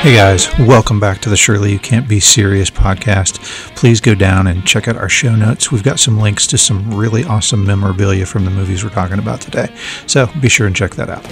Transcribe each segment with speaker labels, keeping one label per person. Speaker 1: Hey guys, welcome back to the Surely You Can't Be Serious podcast. Please go down and check out our show notes. We've got some links to some really awesome memorabilia from the movies we're talking about today. So be sure and check that out.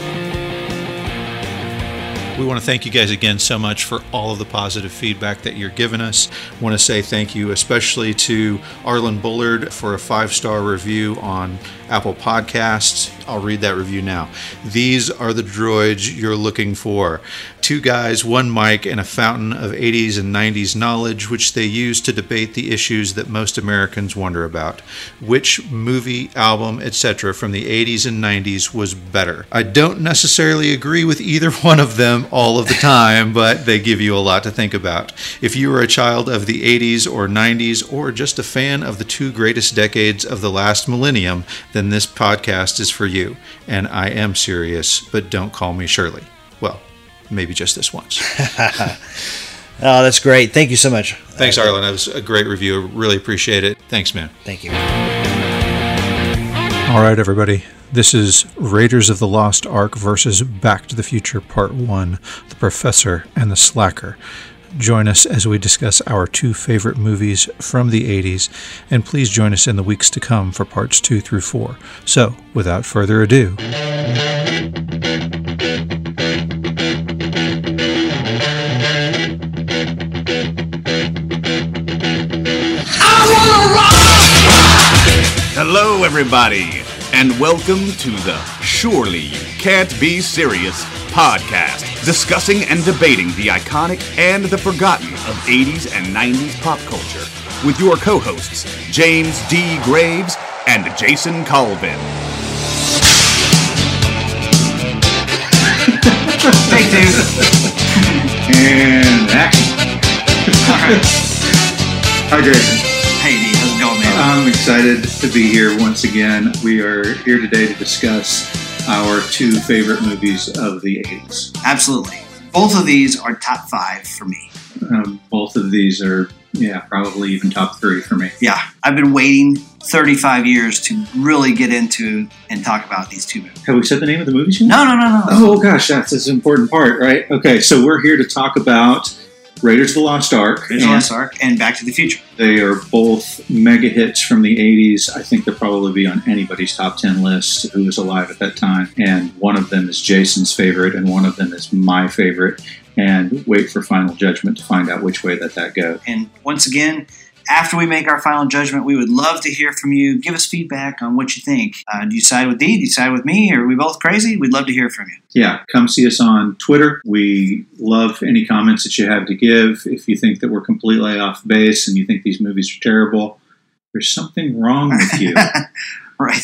Speaker 1: We want to thank you guys again so much for all of the positive feedback that you're giving us. want to say thank you especially to Arlen Bullard for a five star review on Apple Podcasts. I'll read that review now. These are the droids you're looking for two guys, one mic, and a fountain of 80s and 90s knowledge, which they use to debate the issues that most Americans wonder about. Which movie, album, etc., from the 80s and 90s was better? I don't necessarily agree with either one of them all of the time, but they give you a lot to think about. If you were a child of the 80s or 90s, or just a fan of the two greatest decades of the last millennium, then this podcast is for you. And I am serious, but don't call me Shirley. Well, maybe just this once.
Speaker 2: Oh, that's great. Thank you so much.
Speaker 1: Thanks, Arlen. That was a great review. Really appreciate it. Thanks, man.
Speaker 2: Thank you.
Speaker 1: All right, everybody. This is Raiders of the Lost Ark versus Back to the Future Part 1 The Professor and the Slacker. Join us as we discuss our two favorite movies from the 80s, and please join us in the weeks to come for parts 2 through 4. So, without further ado,
Speaker 3: Hello, everybody, and welcome to the Surely You Can't Be Serious podcast, discussing and debating the iconic and the forgotten of 80s and 90s pop culture with your co hosts, James D. Graves and Jason Colvin.
Speaker 4: Take two. and action. Hi, Jason.
Speaker 3: Hey, D, how's it going, man?
Speaker 4: I'm excited to be here once again. We are here today to discuss our two favorite movies of the 80s.
Speaker 3: Absolutely. Both of these are top five for me.
Speaker 4: Um, both of these are, yeah, probably even top three for me.
Speaker 3: Yeah, I've been waiting 35 years to really get into and talk about these two movies.
Speaker 4: Have we said the name of the movies yet?
Speaker 3: No, no, no, no.
Speaker 4: Oh, gosh, that's that's an important part, right? Okay, so we're here to talk about Raiders of the Lost Ark.
Speaker 3: Raiders of the Lost Ark and Back to the Future.
Speaker 4: They are both mega hits from the 80s. I think they'll probably be on anybody's top 10 list who was alive at that time. And one of them is Jason's favorite, and one of them is my favorite. And wait for final judgment to find out which way that that goes.
Speaker 3: And once again, after we make our final judgment, we would love to hear from you. Give us feedback on what you think. Uh, do you side with D? Do you side with me? Are we both crazy? We'd love to hear from you.
Speaker 4: Yeah, come see us on Twitter. We love any comments that you have to give. If you think that we're completely off base and you think these movies are terrible, there's something wrong with you.
Speaker 3: Right.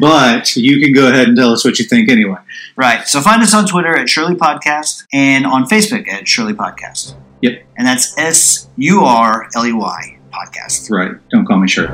Speaker 4: but you can go ahead and tell us what you think anyway.
Speaker 3: Right. So find us on Twitter at Shirley Podcast and on Facebook at Shirley Podcast.
Speaker 4: Yep.
Speaker 3: And that's S U R L E Y Podcast.
Speaker 4: Right. Don't call me sure.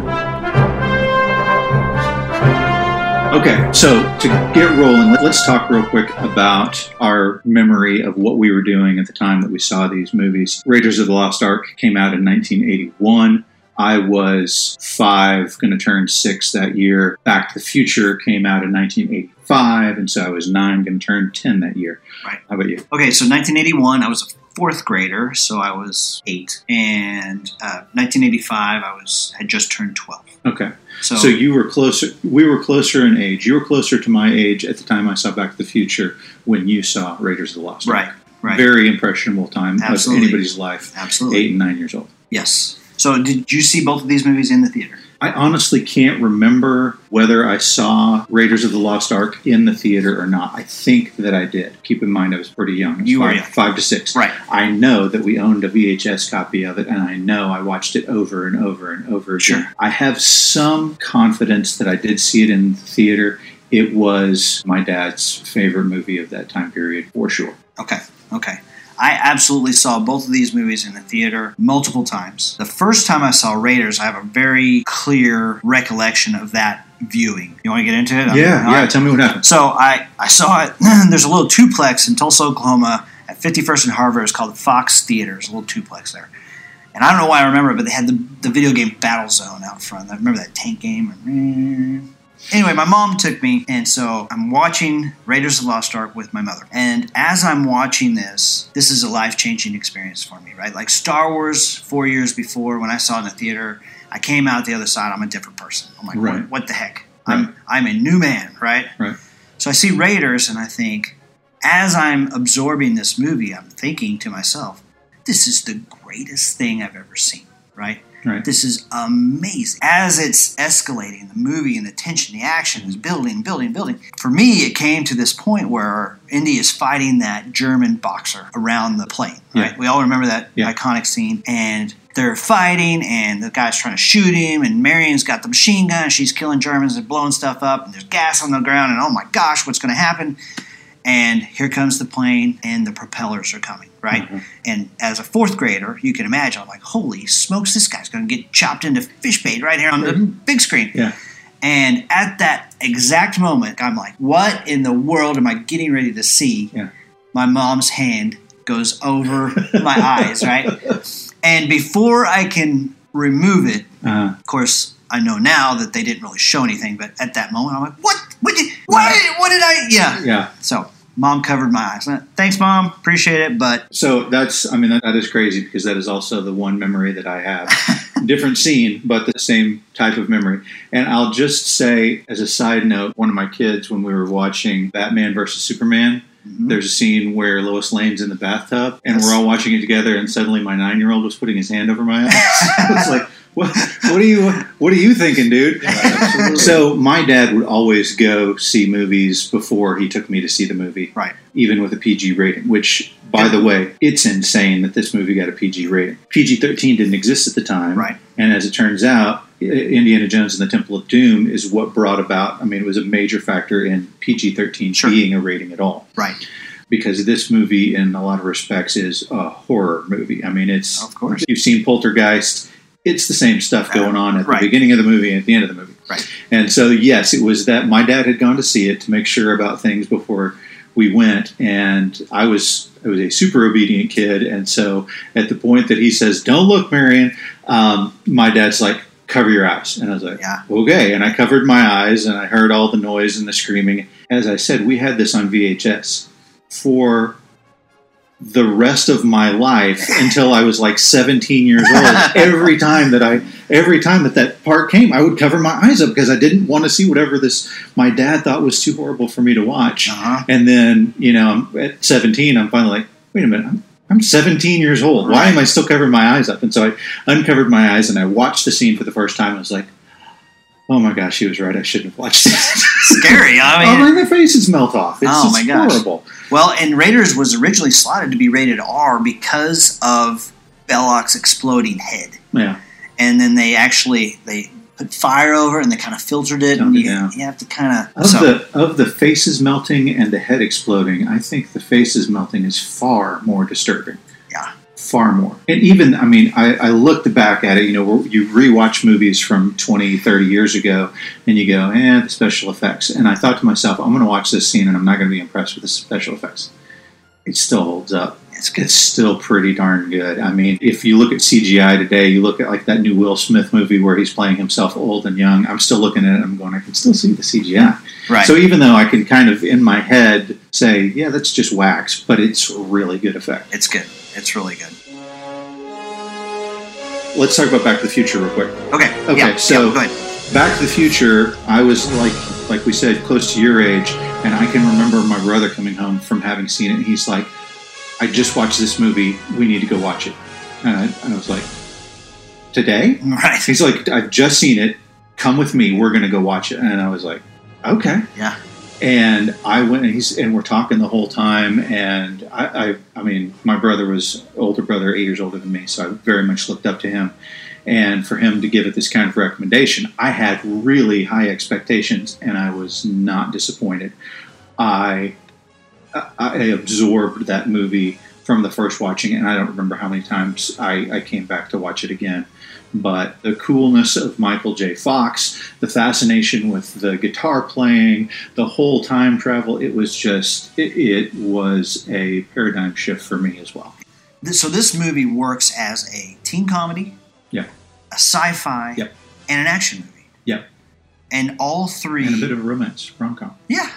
Speaker 4: Okay, so to get rolling, let's talk real quick about our memory of what we were doing at the time that we saw these movies. Raiders of the Lost Ark came out in 1981. I was five, going to turn six that year. Back to the Future came out in 1985, and so I was nine, going to turn 10 that year.
Speaker 3: Right.
Speaker 4: How about you?
Speaker 3: Okay, so 1981, I was a fourth grader, so I was eight. And uh, 1985, I was had just turned 12.
Speaker 4: Okay.
Speaker 3: So,
Speaker 4: So you were closer. We were closer in age. You were closer to my age at the time I saw Back to the Future when you saw Raiders of the Lost. Ark.
Speaker 3: right, right,
Speaker 4: Very impressionable time
Speaker 3: Absolutely.
Speaker 4: of anybody's life.
Speaker 3: absolutely,
Speaker 4: Eight and nine years old.
Speaker 3: yes. So did you see both of these movies in the theater?
Speaker 4: I honestly can't remember whether I saw Raiders of the Lost Ark in the theater or not. I think that I did. Keep in mind, I was pretty young. I was
Speaker 3: You were
Speaker 4: five,
Speaker 3: young.
Speaker 4: five to six.
Speaker 3: Right.
Speaker 4: I know that we owned a VHS copy of it, and I know I watched it over and over and over again.
Speaker 3: Sure.
Speaker 4: I have some confidence that I did see it in the theater. It was my dad's favorite movie of that time period, for sure.
Speaker 3: Okay, okay. I absolutely saw both of these movies in the theater multiple times. The first time I saw Raiders, I have a very clear recollection of that viewing. You want to get into it? I'm- all
Speaker 4: yeah.
Speaker 3: right.
Speaker 4: Tell me what happened.
Speaker 3: So I, I saw it. There's a little twoplex in Tulsa, Oklahoma at 51st and Harvard. It's called the Fox Theater. There's a little twoplex there. And I don't know why I remember it, but they had the, the video game Battle Zone out front. I remember that tank game. Anyway, my mom took me, and so I'm watching Raiders of the Lost Ark with my mother. And as I'm watching this, this is a life changing experience for me, right? Like Star Wars four years before, when I saw it in the theater, I came out the other side, I'm a different person. I'm like,
Speaker 4: Right.
Speaker 3: what, what the heck?
Speaker 4: Right.
Speaker 3: I'm, I'm a new man, right?
Speaker 4: Right.
Speaker 3: So I see Raiders, and I think, as I'm absorbing this movie, I'm thinking to myself, this is the greatest thing I've ever seen, right?
Speaker 4: Right.
Speaker 3: This is amazing. As it's escalating, the movie and the tension, the action is building, building, building. For me, it came to this point where Indy is fighting that German boxer around the plane. Right?
Speaker 4: Yeah.
Speaker 3: We all remember that
Speaker 4: Yeah.
Speaker 3: iconic scene, and they're fighting, and the guy's trying to shoot him, and Marion's got the machine gun, and she's killing Germans and blowing stuff up, and there's gas on the ground, and oh my gosh, what's going to happen? and here comes the plane and the propellers are coming right
Speaker 4: Mm-hmm.
Speaker 3: and as a fourth grader you can imagine i'm like holy smokes this guy's going to get chopped into fish bait right here on the big screen
Speaker 4: Mm-hmm. Yeah.
Speaker 3: and at that exact moment i'm like what in the world am i getting ready to see
Speaker 4: Yeah.
Speaker 3: my mom's hand goes over my eyes right and before i can remove it
Speaker 4: Uh,
Speaker 3: of course, I know now that they didn't really show anything, but at that moment, I'm like, what? What did, what did, what did I? Yeah.
Speaker 4: yeah.
Speaker 3: So, mom covered my eyes. Uh, Thanks, mom. Appreciate it. But
Speaker 4: So that's, I mean, that, that is crazy because that is also the one memory that I have. Different scene, but the same type of memory. And I'll just say, as a side note, one of my kids, when we were watching Batman versus Superman, there's a scene where Lois Lane's in the bathtub and
Speaker 3: Mm-hmm. Yes.
Speaker 4: we're all watching it together, and suddenly my nine year old was putting his hand over my eyes. I was like, what, what are you what are you thinking, dude? so my dad would always go see movies before he took me to see the movie
Speaker 3: right,
Speaker 4: even with a PG rating, which, by the way, it's insane that this movie got a PG rating. PG 13 didn't exist at the time.
Speaker 3: Right.
Speaker 4: And as it turns out, I- Indiana Jones and the Temple of Doom is what brought about, I mean, it was a major factor in PG 13
Speaker 3: Sure.
Speaker 4: being a rating at all.
Speaker 3: right.
Speaker 4: Because this movie, in a lot of respects, is a horror movie. I mean, it's.
Speaker 3: Of course.
Speaker 4: You've seen Poltergeist. It's the same stuff going on at
Speaker 3: Right.
Speaker 4: the beginning of the movie and at the end of the movie.
Speaker 3: Right.
Speaker 4: And so, yes, it was that my dad had gone to see it to make sure about things before we went, and I was I was a super obedient kid, and so at the point that he says, "Don't look, Marion," um, my dad's like, "Cover your eyes," and I was like,
Speaker 3: Yeah.
Speaker 4: okay," and I covered my eyes, and I heard all the noise and the screaming. As I said, we had this on VHS for the rest of my life until I was like 17 years old. every time that I, every time that that part came, I would cover my eyes up because I didn't want to see whatever this my dad thought was too horrible for me to watch.
Speaker 3: Uh-huh.
Speaker 4: And then you know, I'm at 17, I'm finally like, wait a minute. I'm I'm 17 years old. Why am I still covering my eyes up? And so I uncovered my eyes and I watched the scene for the first time. I was like, "Oh my gosh, he was right. I shouldn't have watched this."
Speaker 3: Scary. I
Speaker 4: oh,
Speaker 3: mean,
Speaker 4: my, their faces melt off. It's
Speaker 3: Oh
Speaker 4: just
Speaker 3: my gosh.
Speaker 4: horrible.
Speaker 3: well, and Raiders was originally slotted to be rated R because of Belloc's exploding head.
Speaker 4: Yeah,
Speaker 3: And then they actually they put fire over it and they kind of filtered it.
Speaker 4: Toned
Speaker 3: And
Speaker 4: it
Speaker 3: you,
Speaker 4: down.
Speaker 3: you have to kind of.
Speaker 4: Of the of the faces melting and the head exploding, I think the faces melting is far more disturbing.
Speaker 3: Yeah.
Speaker 4: Far more. And even, I mean, I, I looked back at it, you know, where you rewatch movies from 20, 30 years ago, and you go, eh, the special effects. And I thought to myself, I'm going to watch this scene and I'm not going to be impressed with the special effects. It still holds up.
Speaker 3: it's good.
Speaker 4: It's still pretty darn good. I mean, if you look at CGI today, you look at like that new Will Smith movie where he's playing himself old and young. I'm still looking at it. I'm going, I can still see the CGI.
Speaker 3: Right.
Speaker 4: So even though I can kind of in my head say, yeah, that's just wax, but it's really good effect.
Speaker 3: it's good. It's really good.
Speaker 4: Let's talk about Back to the Future real quick.
Speaker 3: Okay.
Speaker 4: Okay,
Speaker 3: Yeah,
Speaker 4: so-
Speaker 3: yeah, go ahead.
Speaker 4: Back to the Future, I was like, like we said, close to your age, and I can remember my brother coming home from having seen it, and he's like, I just watched this movie. We need to go watch it. And I, and I was like, today?
Speaker 3: Right.
Speaker 4: He's like, I've just seen it. Come with me. We're gonna go watch it. And I was like, okay.
Speaker 3: Yeah.
Speaker 4: And I went, and he's and we're talking the whole time. And I, I, I mean, my brother was older brother, eight years older than me, so I very much looked up to him. And for him to give it this kind of recommendation, I had really high expectations, and I was not disappointed. I, I- I absorbed that movie from the first watching, and I don't remember how many times I, I came back to watch it again but the coolness of Michael J. Fox, the fascination with the guitar playing, the whole time travel, it was just, it, it was a paradigm shift for me as well.
Speaker 3: Th- so this movie works as a teen comedy,
Speaker 4: Yeah.
Speaker 3: a sci-fi,
Speaker 4: Yep.
Speaker 3: and an action movie.
Speaker 4: Yep.
Speaker 3: and all three.
Speaker 4: and a bit of romance rom com.
Speaker 3: yeah.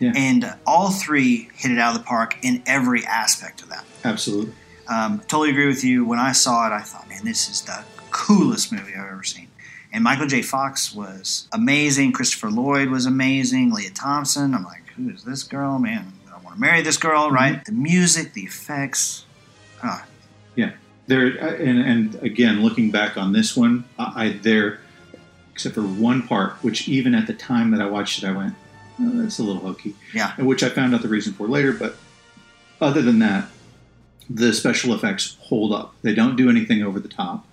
Speaker 4: Yeah.
Speaker 3: And uh, all three hit it out of the park in every aspect of that.
Speaker 4: Absolutely.
Speaker 3: Um, totally agree with you. When I saw it, I thought, man, this is the coolest movie I've ever seen. And Michael J. Fox was amazing. Christopher Lloyd was amazing. Leah Thompson. I'm like, who is this girl? Man, I want to marry this girl, right? The
Speaker 4: Mm-hmm.
Speaker 3: music, the effects. Ah,
Speaker 4: There uh, and, and again, looking back on this one, I, I there, except for one part, which even at the time that I watched it, I went, oh, "That's a little hokey."
Speaker 3: Yeah.
Speaker 4: And which I found out the reason for later, but other than that, the special effects hold up. They don't do anything over the top.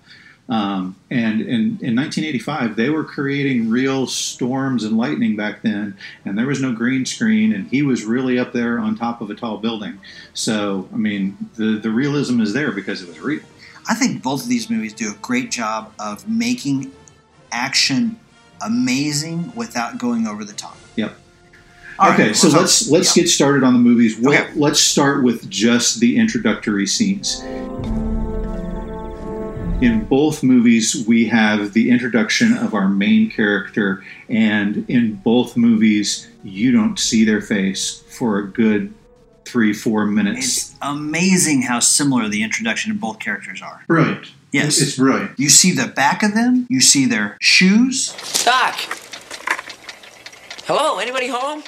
Speaker 4: Um, and in, in 1985, they were creating real storms and lightning back then, and there was no green screen, and he was really up there on top of a tall building. So, I mean, the, the realism is there because it was real.
Speaker 3: I think both of these movies do a great job of making action amazing without going over the top.
Speaker 4: Yep.
Speaker 3: All right,
Speaker 4: okay, so
Speaker 3: we'll talk-
Speaker 4: let's let's
Speaker 3: yeah.
Speaker 4: get started on the movies. We'll,
Speaker 3: Okay.
Speaker 4: Let's start with just the introductory scenes. In both movies, we have the introduction of our main character, and in both movies, you don't see their face for a good three, four minutes.
Speaker 3: It's amazing how similar the introduction of both characters are.
Speaker 5: Brilliant.
Speaker 3: Yes.
Speaker 5: It's brilliant.
Speaker 3: You see the back of them. You see their shoes.
Speaker 6: Doc! Hello, anybody home?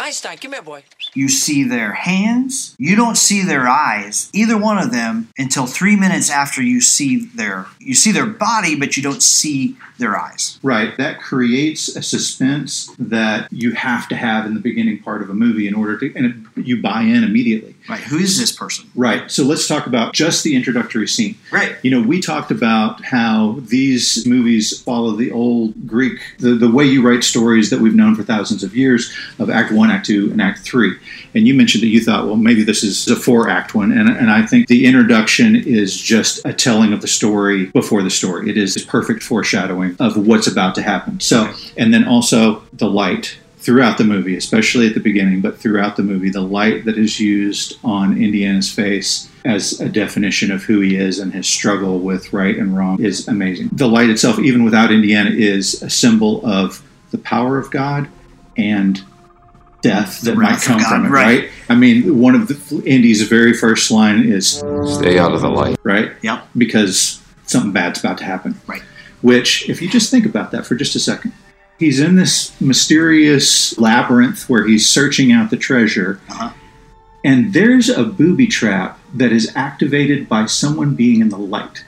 Speaker 6: Einstein, come here, boy.
Speaker 3: You see their hands. You don't see their eyes, either one of them, until three minutes after you see their you see their body, but you don't see their eyes.
Speaker 4: Right. That creates a suspense that you have to have in the beginning part of a movie in order to, and it, you buy in immediately.
Speaker 3: Right? Who is this person?
Speaker 4: Right. So let's talk about just the introductory scene.
Speaker 3: Right.
Speaker 4: You know, we talked about how these movies follow the old Greek, the, the way you write stories that we've known for thousands of years of Act One, Act Two, and Act Three. And you mentioned that you thought, well, maybe this is a four act one. And, and I think the introduction is just a telling of the story before the story. It is perfect foreshadowing of what's about to happen. So, and then also the light throughout the movie, especially at the beginning, but throughout the movie, the light that is used on Indiana's face as a definition of who he is and his struggle with right and wrong is amazing. The light itself, even without Indiana, is a symbol of the power of God and death that might
Speaker 3: wrath of
Speaker 4: come
Speaker 3: God,
Speaker 4: from it,
Speaker 3: right.
Speaker 4: right. I mean, one of the, Indy's very first line is,
Speaker 7: Stay out of the light.
Speaker 4: right?
Speaker 3: Yep.
Speaker 4: Because something bad's about to happen.
Speaker 3: Right.
Speaker 4: Which, if you just think about that for just a second, he's in this mysterious labyrinth where he's searching out the treasure,
Speaker 3: Uh-huh.
Speaker 4: and there's a booby trap that is activated by someone being in the light.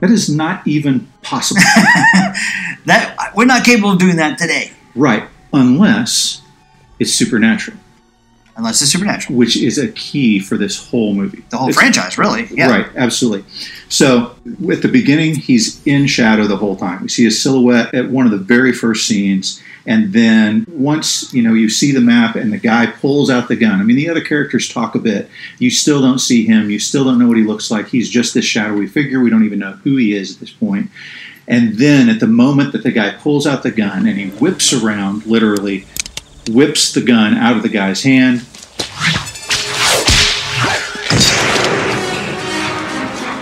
Speaker 4: That is not even possible.
Speaker 3: That we're not capable of doing that today,
Speaker 4: right. Unless it's supernatural,
Speaker 3: unless it's supernatural.
Speaker 4: which is a key for this whole movie.
Speaker 3: The whole
Speaker 4: It's-
Speaker 3: franchise, really. Yeah.
Speaker 4: Right, absolutely. So at the beginning, he's in shadow the whole time. We see his silhouette at one of the very first scenes, and then once you know you see the map and the guy pulls out the gun. I mean, the other characters talk a bit. You still don't see him. You still don't know what he looks like. He's just this shadowy figure. We don't even know who he is at this point. And then at the moment that the guy pulls out the gun and he whips around, literally whips the gun out of the guy's hand.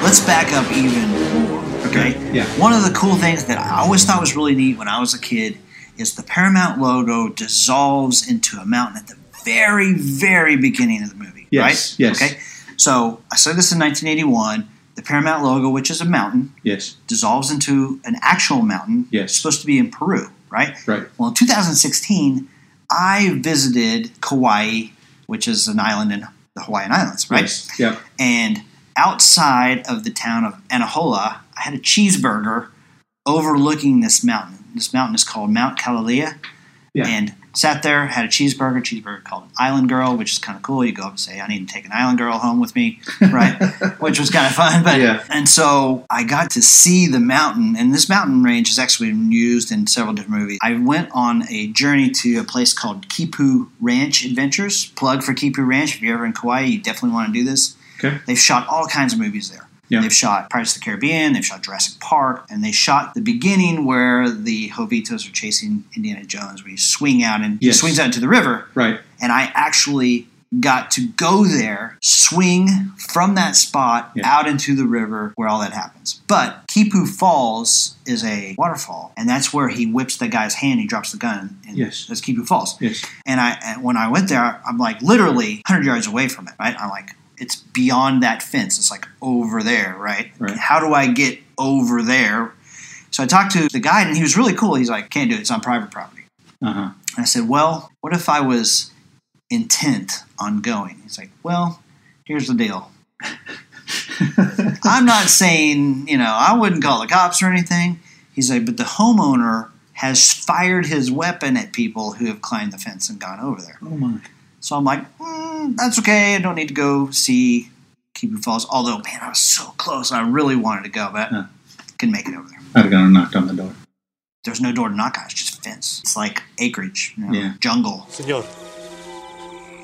Speaker 3: Let's back up even more. Okay.
Speaker 4: Yeah.
Speaker 3: One of the cool things that I always thought was really neat when I was a kid is the Paramount logo dissolves into a mountain at the very, very beginning of the movie.
Speaker 4: Yes,
Speaker 3: Right?
Speaker 4: yes.
Speaker 3: Okay. So I said this in 1981. The Paramount logo, which is a mountain,
Speaker 4: Yes,
Speaker 3: dissolves into an actual mountain.
Speaker 4: Yes.
Speaker 3: It's supposed to be in Peru, right?
Speaker 4: right.
Speaker 3: Well, in 2016, I visited Kauai, which is an island in the Hawaiian Islands, right?
Speaker 4: Yes. Yep.
Speaker 3: and outside of the town of Anahola, I had a cheeseburger overlooking this mountain. This mountain is called Mount Kalalea.
Speaker 4: Yeah.
Speaker 3: And sat there, had a cheeseburger, cheeseburger called an Island Girl, which is kind of cool. You go up and say, I need to take an Island Girl home with me, right? which was kind of fun. But
Speaker 4: Yeah.
Speaker 3: and so I got to see the mountain, and this mountain range has actually been used in several different movies. I went on a journey to a place called Kipu Ranch Adventures. Plug for Kipu Ranch. If you're ever in Kauai, you definitely want to do this.
Speaker 4: Okay.
Speaker 3: They've shot all kinds of movies there.
Speaker 4: Yeah.
Speaker 3: They've shot Pirates of the Caribbean, they've shot Jurassic Park, and they shot the beginning where the Jovitos are chasing Indiana Jones, where he swing out and he
Speaker 4: Yes.
Speaker 3: swings out into the river.
Speaker 4: Right.
Speaker 3: And I actually got to go there, swing from that spot
Speaker 4: Yeah.
Speaker 3: out into the river where all that happens. But Kipu Falls is a waterfall, and that's where he whips the guy's hand. He drops the gun. And
Speaker 4: Yes.
Speaker 3: that's Kipu Falls.
Speaker 4: Yes.
Speaker 3: And I, and when I went there, I'm like literally 100 yards away from it. Right? I'm like, it's beyond that fence. It's like over there, right?
Speaker 4: Right.
Speaker 3: How do I get over there? So I talked to the guide, and he was really cool. He's like, can't do it. It's on private property.
Speaker 4: Uh-huh.
Speaker 3: And I said, Well, what if I was intent on going? He's like, Well, here's the deal. I'm not saying, you know, I wouldn't call the cops or anything. He's like, But the homeowner has fired his weapon at people who have climbed the fence and gone over there.
Speaker 4: Oh my.
Speaker 3: So I'm like, mm, That's okay. I don't need to go see Kipu Falls. Although, man, I was so close. I really wanted to go, but
Speaker 4: Huh.
Speaker 3: couldn't make it over there
Speaker 4: I'd have gone and knocked on the door.
Speaker 3: there's no door to knock on. It's just fence. It's like acreage, you know,
Speaker 4: Yeah.
Speaker 3: jungle.
Speaker 5: Senor,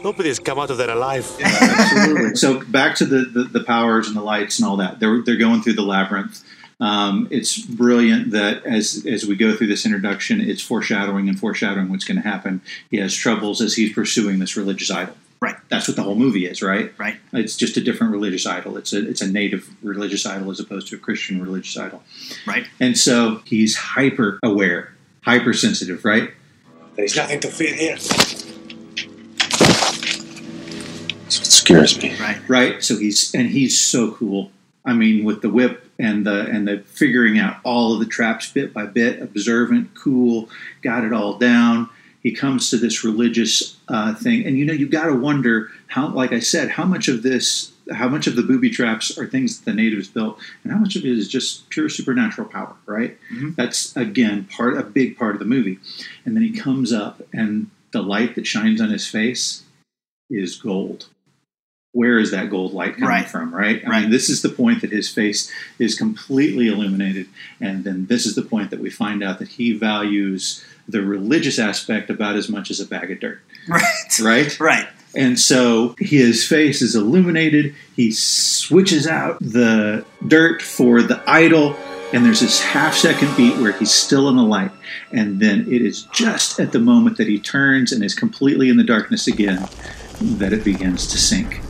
Speaker 5: nobody has come out of there alive.
Speaker 4: Absolutely. so back to the, the, the powers and the lights and all that. They're they're going through the labyrinth. Um, it's brilliant that as as we go through this introduction, it's foreshadowing and foreshadowing what's going to happen. He has troubles as he's pursuing this religious idol.
Speaker 3: Right.
Speaker 4: That's what the whole movie is, right?
Speaker 3: Right.
Speaker 4: It's just a different religious idol. It's a it's a native religious idol as opposed to a Christian religious idol.
Speaker 3: Right.
Speaker 4: And so he's hyper aware, hypersensitive, right?
Speaker 5: There is nothing to fear here.
Speaker 7: That's what scares me.
Speaker 3: Right.
Speaker 4: right? So he's and he's so cool. I mean, with the whip and the and the figuring out all of the traps bit by bit, observant, cool, got it all down. He comes to this religious uh, thing, and you know, you got to wonder how, like I said, how much of this, how much of the booby traps are things that the natives built, and how much of it is just pure supernatural power, right? That's again part a big part of the movie, and then he comes up, and the light that shines on his face is gold where is that gold light coming
Speaker 3: Right.
Speaker 4: from, right? I
Speaker 3: Right.
Speaker 4: mean, this is the point that his face is completely illuminated. And then this is the point that we find out that he values the religious aspect about as much as a bag of dirt,
Speaker 3: Right.
Speaker 4: right?
Speaker 3: Right.
Speaker 4: And so his face is illuminated. He switches out the dirt for the idol. And there's this half second beat where he's still in the light. And then it is just at the moment that he turns and is completely in the darkness again that it begins to sink.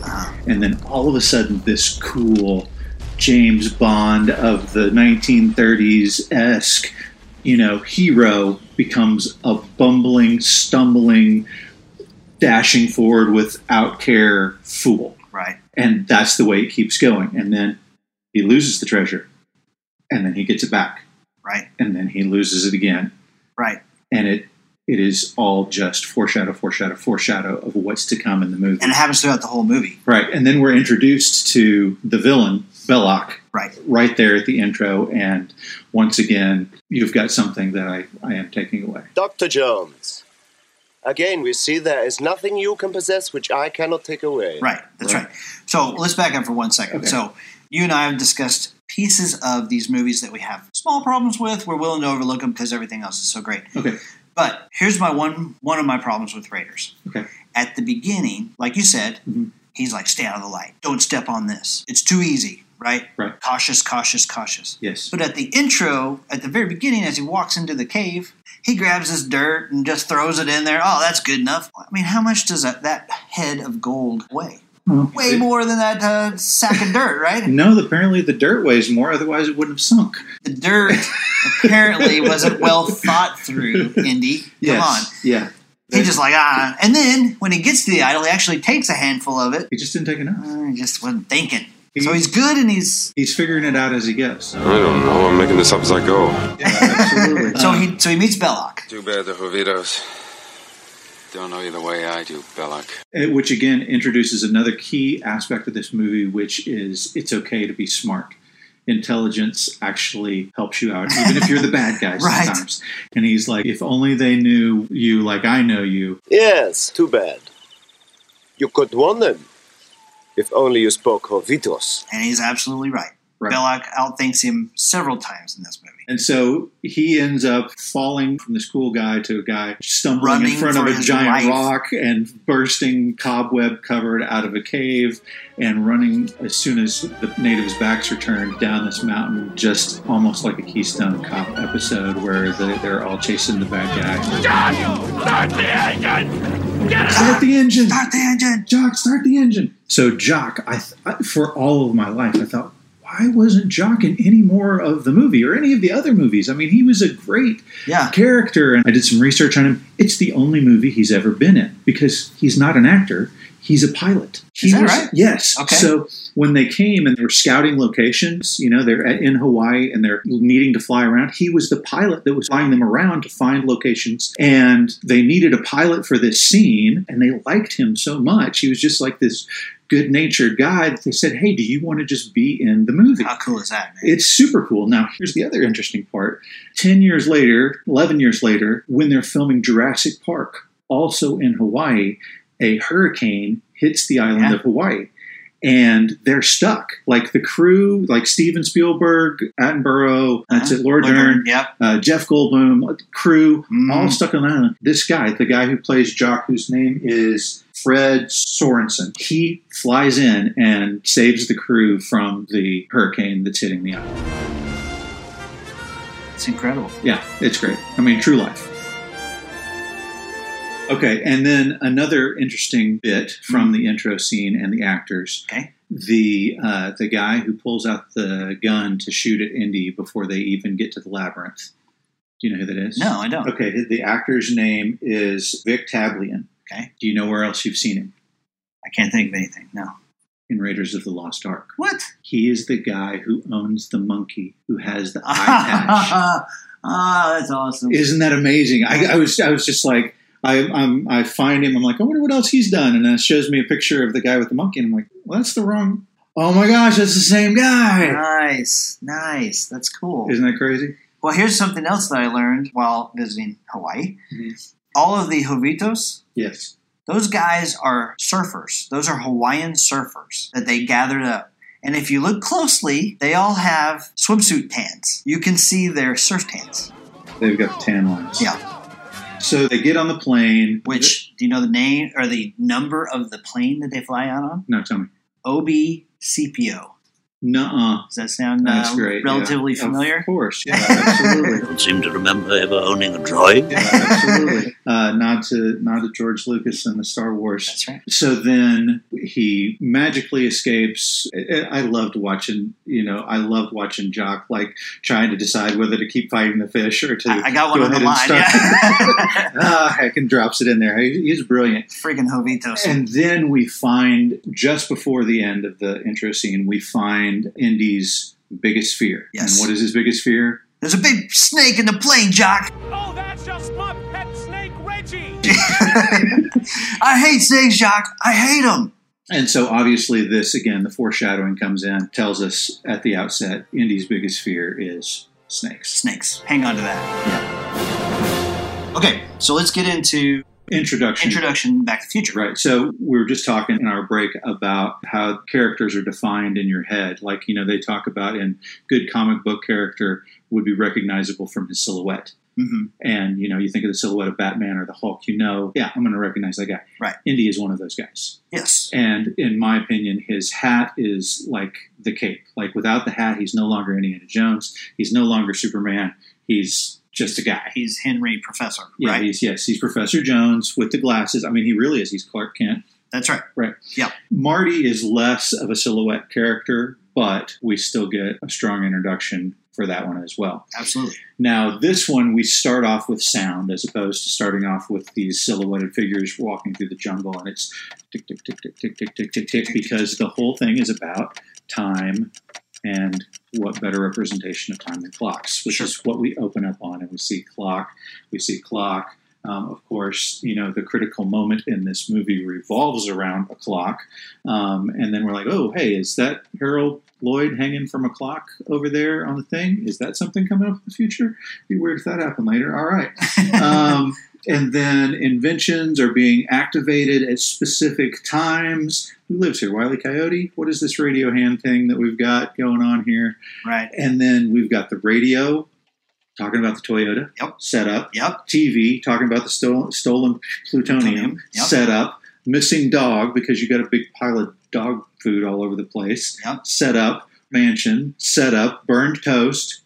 Speaker 4: And then all of a sudden, this cool James Bond of the 1930s esque, you know, hero becomes a bumbling, stumbling, dashing forward without care fool.
Speaker 3: Right.
Speaker 4: And that's the way it keeps going. And then he loses the treasure. And then he gets it back.
Speaker 3: Right.
Speaker 4: And then he loses it again.
Speaker 3: Right.
Speaker 4: And it it is all just foreshadow, foreshadow, foreshadow of what's to come in the movie.
Speaker 3: And it happens throughout the whole movie.
Speaker 4: Right. And then we're introduced to the villain, Belloc,
Speaker 3: Right.
Speaker 4: right there at the intro. And once again, you've got something that I, I am taking away.
Speaker 8: Dr. Jones. Again, we see there is nothing you can possess which I cannot take away.
Speaker 3: Right. That's right. So let's back up for one second.
Speaker 4: Okay.
Speaker 3: So you and I have discussed pieces of these movies that we have small problems with. We're willing to overlook them because everything else is so great.
Speaker 4: Okay.
Speaker 3: But here's my one one of my problems with Raiders.
Speaker 4: Okay.
Speaker 3: At the beginning, like you said,
Speaker 4: Mm-hmm.
Speaker 3: he's like, stay out of the light. Don't step on this. It's too easy, right?
Speaker 4: Right.
Speaker 3: Cautious, cautious, cautious.
Speaker 4: Yes.
Speaker 3: But at the intro, at the very beginning, as he walks into the cave, he grabs his dirt and just throws it in there. Oh, that's good enough. I mean, how much does that, that head of gold weigh? Way more than that uh, sack of dirt, right?
Speaker 4: No, apparently the dirt weighs more, otherwise it wouldn't have sunk.
Speaker 3: The dirt apparently wasn't well thought through, Indy. Come on.
Speaker 4: Yeah.
Speaker 3: He's just like, ah. And then when he gets to the idol, he actually takes a handful of it.
Speaker 4: He just didn't take enough.
Speaker 3: Uh, He just wasn't thinking. So he's good and he's.
Speaker 4: He's figuring it out as he goes.
Speaker 7: I don't know. I'm making this up as I go.
Speaker 4: absolutely.
Speaker 3: So he, so he meets Belloc.
Speaker 7: Too bad the Jovitos don't know you the way I do, Belloc.
Speaker 4: Uh, which again introduces another key aspect of this movie, which is it's okay to be smart. Intelligence actually helps you out, even if you're the bad guy
Speaker 3: Right.
Speaker 4: sometimes. And he's like, if only they knew you like I know you.
Speaker 8: Yes, too bad. You could warn them. If only you spoke Jovitos.
Speaker 3: and he's absolutely right.
Speaker 4: Right.
Speaker 3: Belloc outthinks him several times in this movie.
Speaker 4: And so he ends up falling from this cool guy to a guy stumbling
Speaker 3: Running
Speaker 4: in front of
Speaker 3: for
Speaker 4: a
Speaker 3: his
Speaker 4: giant
Speaker 3: life.
Speaker 4: rock and bursting cobweb covered out of a cave and running as soon as the natives' backs are turned down this mountain, just almost like a Keystone Cop episode where they, they're all chasing the bad guy.
Speaker 9: Stop the engine! Get
Speaker 4: Start the engine.
Speaker 3: Start the engine.
Speaker 4: Jock, start the engine. So Jock, I, th- I for all of my life, I thought, why wasn't Jock in any more of the movie or any of the other movies? I mean, he was a great
Speaker 3: Yeah.
Speaker 4: character, and I did some research on him. It's the only movie he's ever been in because he's not an actor; he's a pilot. He
Speaker 3: Is that
Speaker 4: was-
Speaker 3: right?
Speaker 4: Yes.
Speaker 3: Okay.
Speaker 4: So when they came and they were scouting locations, you know, they're at, in Hawaii and they're needing to fly around. He was the pilot that was flying them around to find locations, and they needed a pilot for this scene, and they liked him so much. He was just like this. Good natured guy, that they said, Hey, do you want to just be in the movie?
Speaker 3: How cool is that, man?
Speaker 4: It's super cool. Now, here's the other interesting part 10 years later, 11 years later, when they're filming Jurassic Park, also in Hawaii, a hurricane hits the island
Speaker 3: Yeah.
Speaker 4: of Hawaii. And they're stuck. Like the crew, like Steven Spielberg, Attenborough, that's
Speaker 3: Uh-huh.
Speaker 4: it, Laura Dern,
Speaker 3: Yep.
Speaker 4: uh, Jeff Goldblum, crew,
Speaker 3: Mm.
Speaker 4: all stuck on an island. This guy, the guy who plays Jock, whose name is Fred Sorensen, he flies in and saves the crew from the hurricane that's hitting the island.
Speaker 3: It's incredible.
Speaker 4: Yeah, it's great. I mean, true life. Okay, and then another interesting bit from the intro scene and the actors.
Speaker 3: Mm-hmm. Okay.
Speaker 4: The uh, the guy who pulls out the gun to shoot at Indy before they even get to the labyrinth. Do you know who that is?
Speaker 3: No, I don't.
Speaker 4: Okay, the actor's name is Vic Tablian.
Speaker 3: Okay.
Speaker 4: Do you know where else you've seen him?
Speaker 3: I can't think of anything. No.
Speaker 4: In Raiders of the Lost Ark.
Speaker 3: What?
Speaker 4: He is the guy who owns the monkey who has the eye patch.
Speaker 3: Ah, that's awesome.
Speaker 4: Isn't that amazing? I, I was I was just like I I'm, I find him. I'm like I wonder what else he's done, and then it shows me a picture of the guy with the monkey, and I'm like, well, that's the wrong. Oh my gosh, that's the same guy.
Speaker 3: nice, nice. That's cool.
Speaker 4: Isn't that crazy?
Speaker 3: Well, here's something else that I learned while visiting Hawaii.
Speaker 4: Mhm.
Speaker 3: All of the Jovitos,
Speaker 4: Yes.
Speaker 3: those guys are surfers. Those are Hawaiian surfers that they gathered up. And if you look closely, they all have swimsuit tans. You can see their surf tans.
Speaker 4: They've got the tan lines.
Speaker 3: Yeah.
Speaker 4: So they get on the plane.
Speaker 3: Which, do you know the name or the number of the plane that they fly out on?
Speaker 4: No, tell me.
Speaker 3: OBCPO.
Speaker 4: Nuh-uh.
Speaker 3: Does that sound uh,
Speaker 4: That's great. yeah.
Speaker 3: relatively
Speaker 4: Of
Speaker 3: familiar?
Speaker 4: course. Yeah, absolutely.
Speaker 9: don't seem to remember ever owning a droid.
Speaker 4: Yeah, absolutely. Uh, nod to nod to George Lucas and the Star Wars.
Speaker 3: That's right.
Speaker 4: So then he magically escapes. I- I loved watching, you know, I loved watching Jock like trying to decide whether to keep fighting the fish or to.
Speaker 3: I, I got one
Speaker 4: go
Speaker 3: on the
Speaker 4: ahead and
Speaker 3: line. Yeah.
Speaker 4: start- ah, heck, and drops it in there. He- He's brilliant.
Speaker 3: Freaking Jovitos.
Speaker 4: And then we find just before the end of the intro scene, we find Indy's biggest fear.
Speaker 3: Yes.
Speaker 4: And what is his biggest fear?
Speaker 3: There's a big snake in the plane, Jock.
Speaker 5: Oh, that's just my pet snake, Reggie.
Speaker 3: I hate snakes, Jock. I hate them.
Speaker 4: And so, obviously, this again, the foreshadowing comes in, tells us at the outset Indy's biggest fear is snakes.
Speaker 3: Snakes. Hang on to that. Yeah. Okay, so let's get into
Speaker 4: Introduction.
Speaker 3: introduction Back to the Future.
Speaker 4: Right. So, we were just talking in our break about how characters are defined in your head. Like, you know, they talk about in good comic book character would be recognizable from his silhouette.
Speaker 3: hmm
Speaker 4: And, you know, you think of the silhouette of Batman or the Hulk, you know, yeah, I'm going to recognize that guy.
Speaker 3: Right.
Speaker 4: Indy is one of those guys.
Speaker 3: Yes.
Speaker 4: And in my opinion, his hat is like the cape. Like without the hat, he's no longer Indiana Jones. He's no longer Superman. He's just a guy.
Speaker 3: He's Henry Professor.
Speaker 4: Yeah,
Speaker 3: right.
Speaker 4: he's yes, he's Professor Jones with the glasses. I mean, he really is. He's Clark Kent.
Speaker 3: That's right.
Speaker 4: Marty is less of a silhouette character, but we still get a strong introduction for that one as well.
Speaker 3: Absolutely.
Speaker 4: Now, this one we start off with sound as opposed to starting off with these silhouetted figures walking through the jungle, and it's tick tick tick tick tick tick tick tick tick because the whole thing is about time and what better representation of time than clocks, which is what we open up on, and we see clock, we see clock. Um, of course, you know the critical moment in this movie revolves around a clock, um, and then we're like, "Oh, hey, is that Harold Lloyd hanging from a clock over there on the thing? Is that something coming up in the future? Be weird if that happened later. All right." um, and then inventions are being activated at specific times. Who lives here? Wiley Coyote? What is this radio hand thing that we've got going on here?
Speaker 3: right.
Speaker 4: And then we've got the radio talking about the Toyota
Speaker 3: Yep.
Speaker 4: setup,
Speaker 3: Yep.
Speaker 4: TV talking about the stol- stolen plutonium,
Speaker 3: Plutonium, yep.
Speaker 4: setup, missing dog because you got a big pile of dog food all over the place,
Speaker 3: Yep.
Speaker 4: setup, mansion, setup, burned toast.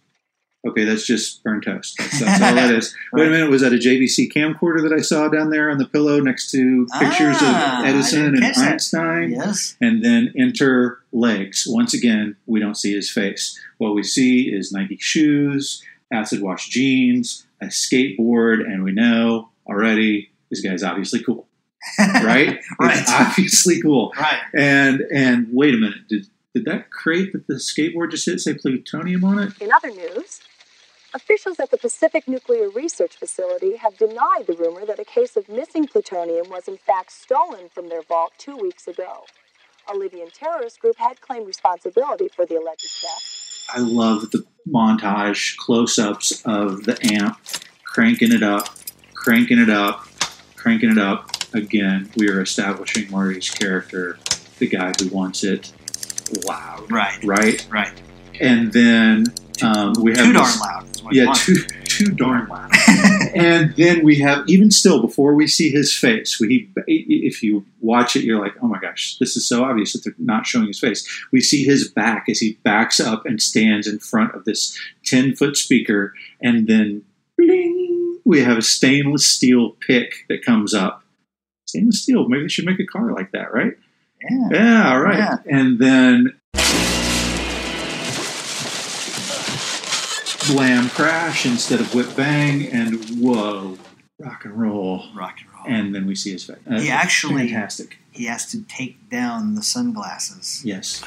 Speaker 4: Okay, that's just burnt toast. That's, that's all that is. Wait a minute, was that a JVC camcorder that I saw down there on the pillow next to pictures
Speaker 3: Ah,
Speaker 4: of
Speaker 3: I didn't
Speaker 4: Edison and
Speaker 3: catch that.
Speaker 4: Einstein?
Speaker 3: Yes.
Speaker 4: And then enter legs. Once again, we don't see his face. What we see is Nike shoes, acid wash jeans, a skateboard, and we know already this guy's obviously cool, right?
Speaker 3: Right.
Speaker 4: It's obviously cool.
Speaker 3: Right.
Speaker 4: And and wait a minute, did did that crate that the skateboard just hit say plutonium on it?
Speaker 10: In other news, officials at the Pacific Nuclear Research Facility have denied the rumor that a case of missing plutonium was in fact stolen from their vault two weeks ago. A Libyan terrorist group had claimed responsibility for the alleged theft.
Speaker 4: I love the montage close ups of the amp cranking it up, cranking it up, cranking it up. Again, we are establishing Marty's character, the guy who wants it loud,
Speaker 3: Right.
Speaker 4: right?
Speaker 3: Right.
Speaker 4: And then um, we have
Speaker 3: Too darn
Speaker 4: this-
Speaker 3: loud. is what you
Speaker 4: Yeah,
Speaker 3: want.
Speaker 4: too too darn loud. and then we have even still before we see his face. We if you watch it, you're like, oh my gosh, this is so obvious that they're not showing his face. We see his back as he backs up and stands in front of this ten foot speaker, and then bling, we have a stainless steel pick that comes up. Stainless steel. Maybe they should make a car like that, right?
Speaker 3: Yeah.
Speaker 4: Yeah, all right.
Speaker 3: Yeah.
Speaker 4: And then blam crash instead of whip bang, and whoa, rock and roll.
Speaker 3: Rock and roll.
Speaker 4: And then we see his face. Uh,
Speaker 3: He actually-
Speaker 4: fantastic.
Speaker 3: He has to take down the sunglasses.
Speaker 4: Yes,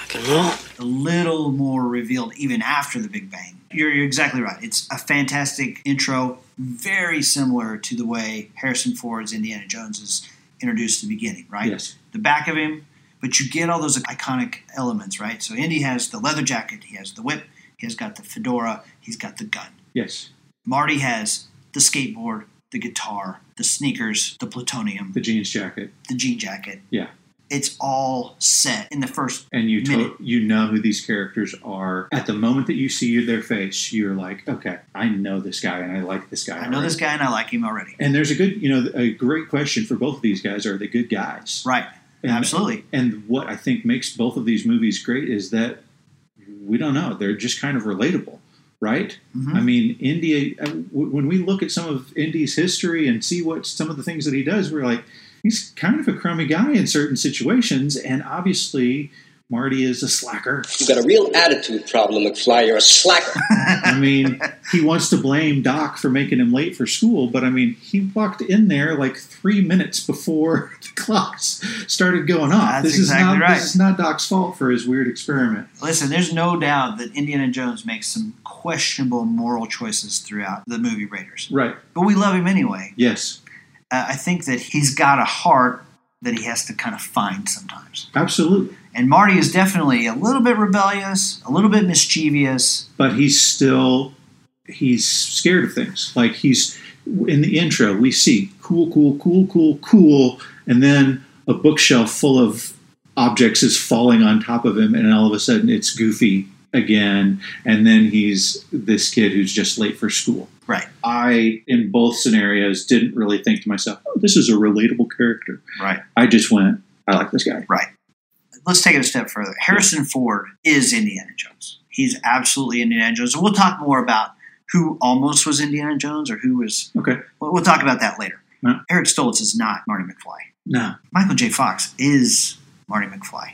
Speaker 3: a little more revealed even after the Big Bang. You're, you're exactly right. It's a fantastic intro, very similar to the way Harrison Ford's Indiana Jones is introduced at the beginning, right?
Speaker 4: yes,
Speaker 3: The back of him, but you get all those iconic elements, right? So Indy has the leather jacket, he has the whip, he has got the fedora, he's got the gun.
Speaker 4: yes.
Speaker 3: Marty has the skateboard, the guitar, the sneakers, the plutonium,
Speaker 4: The jeans jacket.
Speaker 3: the jean jacket.
Speaker 4: Yeah.
Speaker 3: It's all set in the first
Speaker 4: And you
Speaker 3: Minute.
Speaker 4: to- you know who these characters are at the moment that you see their face. You're like, okay, I know this guy, and I like this guy.
Speaker 3: I know
Speaker 4: already.
Speaker 3: this guy and I like him already.
Speaker 4: And there's a good, you know, a great question for both of these guys: Are they good guys?
Speaker 3: Right.
Speaker 4: And-
Speaker 3: Absolutely.
Speaker 4: And what I think makes both of these movies great is that we don't know; they're just kind of relatable, right?
Speaker 3: Mhm.
Speaker 4: I mean, India. uh, w- When we look at some of Indy's history and see what some of the things that he does, we're like, he's kind of a crummy guy in certain situations, and obviously. Marty is a slacker.
Speaker 11: You've got a real attitude problem, McFly. You're a slacker.
Speaker 4: I mean, he wants to blame Doc for making him late for school, but I mean, he walked in there like three minutes before the clocks started going off.
Speaker 3: That's
Speaker 4: this is
Speaker 3: exactly
Speaker 4: not
Speaker 3: right.
Speaker 4: this is not Doc's fault for his weird experiment.
Speaker 3: Listen, there's no doubt that Indiana Jones makes some questionable moral choices throughout the movie Raiders,
Speaker 4: Right.
Speaker 3: but we love him anyway.
Speaker 4: Yes.
Speaker 3: Uh, I think that he's got a heart that he has to kind of find sometimes.
Speaker 4: Absolutely.
Speaker 3: And Marty is definitely a little bit rebellious, a little bit mischievous.
Speaker 4: But he's still he's scared of things. Like he's in the intro, we see cool, cool, cool, cool, cool, and then a bookshelf full of objects is falling on top of him, and all of a sudden it's Goofy again, and then he's this kid who's just late for school.
Speaker 3: Right,
Speaker 4: I, in both scenarios, didn't really think to myself, oh, this is a relatable character.
Speaker 3: right,
Speaker 4: I just went, I like this guy.
Speaker 3: right. Let's take it a step further. Harrison Ford is Indiana Jones. He's absolutely Indiana Jones. And we'll talk more about who almost was Indiana Jones or who was.
Speaker 4: Okay.
Speaker 3: We'll, we'll talk about that later.
Speaker 4: Yeah.
Speaker 3: Eric Stoltz is not Marty McFly.
Speaker 4: No.
Speaker 3: Michael J. Fox is Marty McFly.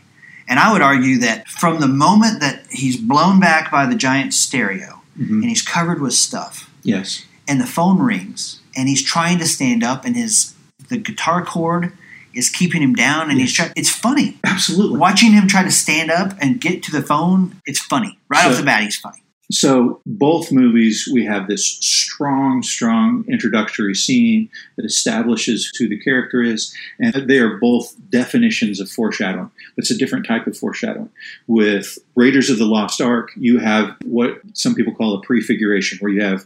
Speaker 3: And I would argue that from the moment that he's blown back by the giant stereo
Speaker 4: Mhm.
Speaker 3: and he's covered with stuff
Speaker 4: Yes.
Speaker 3: and the phone rings and he's trying to stand up and his the guitar cord is keeping him down and he's trying it's funny.
Speaker 4: Absolutely.
Speaker 3: Watching him try to stand up and get to the phone, it's funny. Right
Speaker 4: So-
Speaker 3: off the bat he's funny.
Speaker 4: So, both movies, we have this strong, strong introductory scene that establishes who the character is, and they are both definitions of foreshadowing. It's a different type of foreshadowing. With Raiders of the Lost Ark, you have what some people call a prefiguration, where you have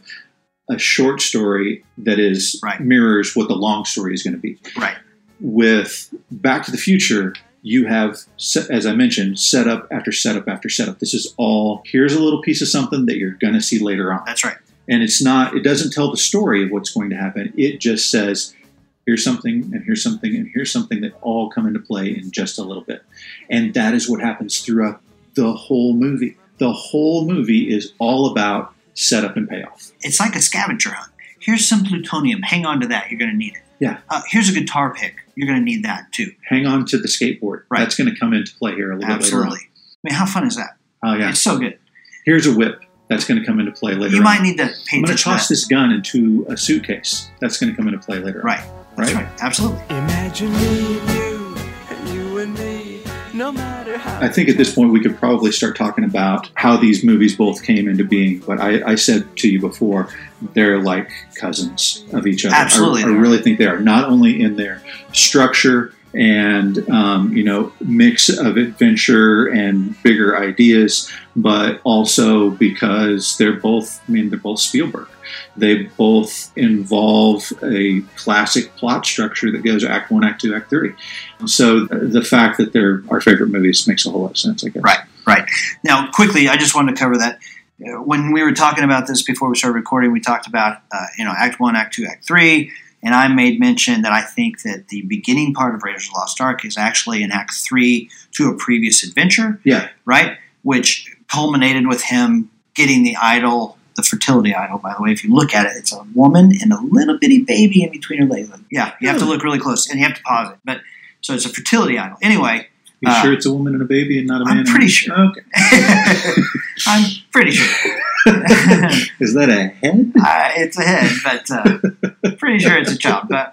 Speaker 4: a short story that is
Speaker 3: Right.
Speaker 4: mirrors what the long story is going to be.
Speaker 3: Right.
Speaker 4: With Back to the Future, you have, se- as I mentioned, setup after setup after setup. This is all here's a little piece of something that you're going to see later on.
Speaker 3: That's right.
Speaker 4: And it's not, it doesn't tell the story of what's going to happen. It just says, here's something, and here's something, and here's something that all come into play in just a little bit. And that is what happens throughout the whole movie. The whole movie is all about setup and payoff.
Speaker 3: It's like a scavenger hunt. Here's some plutonium. Hang on to that. You're going to need it.
Speaker 4: Yeah.
Speaker 3: Uh, here's a guitar pick. You're going to need that too.
Speaker 4: Hang on to the skateboard.
Speaker 3: Right.
Speaker 4: That's going to come into play here a little
Speaker 3: Absolutely.
Speaker 4: bit
Speaker 3: I mean, how fun is that?
Speaker 4: later on. Oh, yeah.
Speaker 3: It's so good.
Speaker 4: Here's a whip. That's going to come into play later
Speaker 3: you might
Speaker 4: on.
Speaker 3: need to pay
Speaker 4: I'm going to
Speaker 3: attention to
Speaker 4: toss
Speaker 3: that.
Speaker 4: this gun into a suitcase. That's going to come into play later
Speaker 3: Right.
Speaker 4: on.
Speaker 3: That's right. Absolutely.
Speaker 12: Imagine me and you, and you and me, no matter how.
Speaker 4: I think at this point we could probably start talking about how these movies both came into being. But I, I said to you before, they're like cousins of each other. I-
Speaker 3: Absolutely.
Speaker 4: I, really think they are not only in their structure and um, you know mix of adventure and bigger ideas, but also because they're both. I mean, they're both Spielberg. They both involve a classic plot structure that goes Act One, Act Two, Act Three. So the fact that they're our favorite movies makes a whole lot of sense, I guess.
Speaker 3: Right. Now, quickly, I just wanted to cover that. Uh, When we were talking about this before we started recording, we talked about uh, you know Act One, Act Two, Act Three, and I made mention that I think that the beginning part of Raiders of the Lost Ark is actually in Act Three to a previous adventure,
Speaker 4: Yeah.
Speaker 3: right? Which culminated with him getting the idol, the fertility idol. By the way, if you look at it, it's a woman and a little bitty baby in between her legs. Yeah, you have to look really close, and you have to pause it. But so it's a fertility idol. Anyway,
Speaker 4: You
Speaker 3: Uh,
Speaker 4: sure it's a woman and a baby and not a man?
Speaker 3: I'm
Speaker 4: and-
Speaker 3: pretty sure.
Speaker 4: Okay.
Speaker 3: I'm pretty sure.
Speaker 4: Is that a head?
Speaker 3: Uh, it's a head, but uh, pretty sure it's a chop. But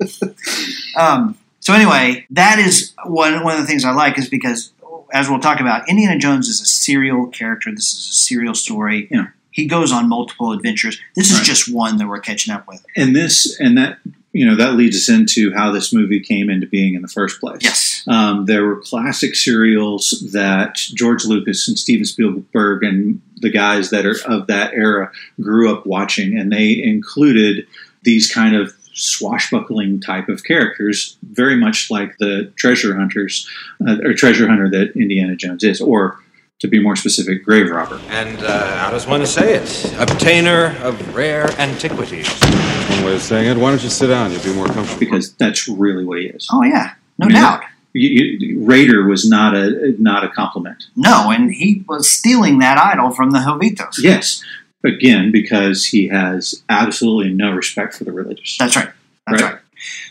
Speaker 3: um, so anyway, that is one one of the things I like is because as we'll talk about, Indiana Jones is a serial character. This is a serial story.
Speaker 4: Yeah.
Speaker 3: He goes on multiple adventures. This is
Speaker 4: Right.
Speaker 3: just one that we're catching up with.
Speaker 4: And this and that, you know, that leads us into how this movie came into being in the first place.
Speaker 3: Yes.
Speaker 4: Um, there were classic serials that George Lucas and Steven Spielberg and the guys that are of that era grew up watching, and they included these kind of swashbuckling type of characters, very much like the treasure hunters uh, or treasure hunter that Indiana Jones is, or to be more specific, grave robber.
Speaker 13: And uh, how does one say it? Obtainer of rare antiquities.
Speaker 7: One way of saying it. Why don't you sit down? You'll be more comfortable.
Speaker 4: Because that's really what he is.
Speaker 3: Oh yeah, no
Speaker 4: I mean,
Speaker 3: doubt.
Speaker 4: You, you, Raider was not a not a compliment.
Speaker 3: No, and he was stealing that idol from the Jovitos.
Speaker 4: Yes, again because he has absolutely no respect for the religious.
Speaker 3: That's right. That's right.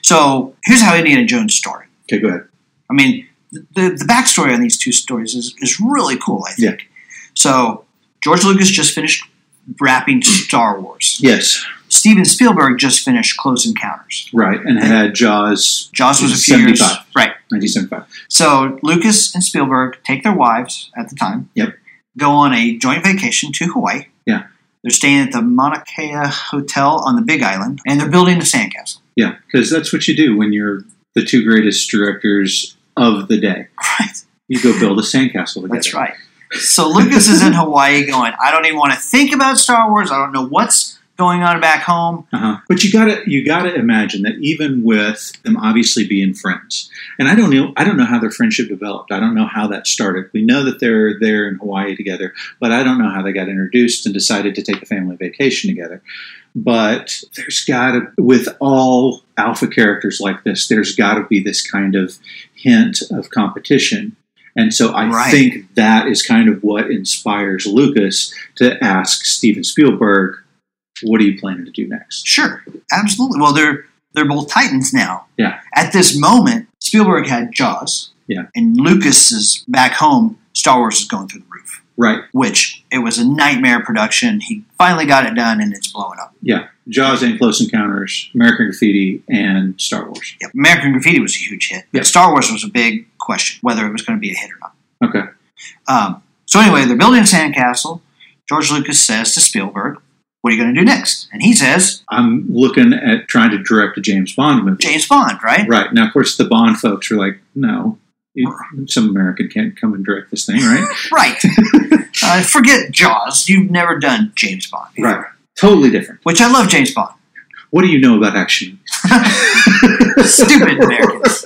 Speaker 3: So here's how Indiana Jones started.
Speaker 4: Okay, go ahead.
Speaker 3: I mean, the, the backstory on these two stories is, is really cool, I think. So, George Lucas just finished wrapping Star Wars.
Speaker 4: Yes,
Speaker 3: Steven Spielberg just finished Close Encounters.
Speaker 4: right, and had Jaws.
Speaker 3: Jaws was a few years. Right.
Speaker 4: 1975.
Speaker 3: So, Lucas and Spielberg take their wives at the time,
Speaker 4: Yep.
Speaker 3: go on a joint vacation to Hawaii.
Speaker 4: Yeah.
Speaker 3: They're staying at the Mauna Kea Hotel on the Big Island, and they're building a sandcastle.
Speaker 4: Yeah, because that's what you do when you're the two greatest directors of the day.
Speaker 3: Right.
Speaker 4: You go build a sandcastle together.
Speaker 3: That's right. So Lucas is in Hawaii going, I don't even want to think about Star Wars. I don't know what's going on back home.
Speaker 4: Uh-huh. But you gotta you gotta imagine that even with them obviously being friends, and I don't know I don't know how their friendship developed. I don't know how that started. We know that they're there in Hawaii together, but I don't know how they got introduced and decided to take a family vacation together. But there's gotta with all alpha characters like this, there's gotta be this kind of hint of competition. And so I
Speaker 3: Right.
Speaker 4: think that is kind of what inspires Lucas to ask Steven Spielberg, what are you planning to do next?
Speaker 3: Sure, absolutely. Well, they're they're both titans now.
Speaker 4: Yeah.
Speaker 3: At this moment, Spielberg had Jaws,
Speaker 4: Yeah.
Speaker 3: and Lucas is back home. Star Wars is going through the roof,
Speaker 4: Right.
Speaker 3: which it was a nightmare production. He finally got it done, and it's blowing up.
Speaker 4: Yeah. Jaws and Close Encounters, American Graffiti, and Star Wars.
Speaker 3: Yep. American Graffiti was a huge hit, but Star Wars was a big question whether it was going to be a hit or not.
Speaker 4: Okay.
Speaker 3: Um, so anyway, they're building a sandcastle. George Lucas says to Spielberg, "What are you going to do next?" And he says,
Speaker 4: I'm looking at trying to direct a James Bond movie.
Speaker 3: "James Bond, right?"
Speaker 4: Right. Now, of course, the Bond folks were like, no, you, some American can't come and direct this thing, right?
Speaker 3: Right. uh, forget Jaws. You've never done James Bond,
Speaker 4: right. Totally different.
Speaker 3: which I love. James Bond.
Speaker 4: What do you know about action?
Speaker 3: Stupid Americans.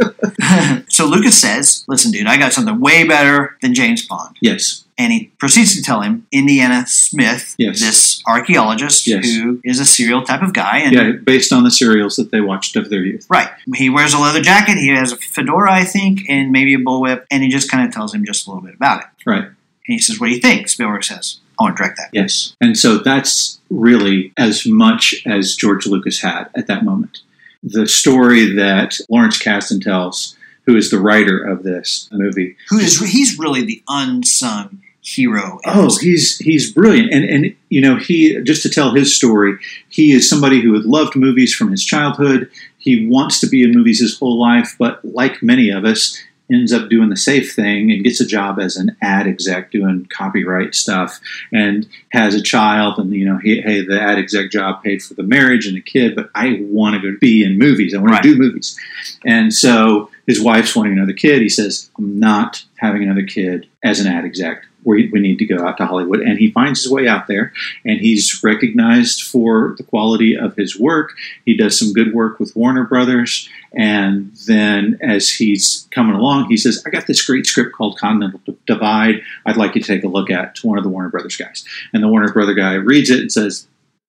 Speaker 3: so Lucas says, "Listen, dude, I got something way better than James Bond."
Speaker 4: Yes.
Speaker 3: And he proceeds to tell him Indiana Smith,
Speaker 4: Yes.
Speaker 3: this archaeologist
Speaker 4: Yes.
Speaker 3: who is a serial type of guy, and
Speaker 4: Yeah, based on the serials that they watched of their youth.
Speaker 3: Right. He wears a leather jacket. He has a fedora, I think, and maybe a bullwhip. And he just kind of tells him just a little bit about it.
Speaker 4: Right.
Speaker 3: And he says, What do you think? Spielberg says, I want to direct that.
Speaker 4: Yes. And so that's really as much as George Lucas had at that moment. The story that Lawrence Kasdan tells, who is the writer of this movie,
Speaker 3: Who is he's really the unsung hero. in
Speaker 4: Oh,
Speaker 3: this.
Speaker 4: he's he's brilliant, and and you know he just to tell his story, he is somebody who had loved movies from his childhood. He wants to be in movies his whole life, but like many of us, ends up doing the safe thing and gets a job as an ad exec doing copyright stuff, and has a child, and you know he, hey the ad exec job paid for the marriage and the kid, but I want to go be in movies. I want
Speaker 3: Right.
Speaker 4: to do movies, and so his wife's wanting another kid. He says, I'm not having another kid as an ad exec. We, we need to go out to Hollywood. And he finds his way out there, and he's recognized for the quality of his work. He does some good work with Warner Brothers. And then as he's coming along, he says, I got this great script called Continental Divide. I'd like you to take a look at it to one of the Warner Brothers guys. And the Warner Brother guy reads it and says,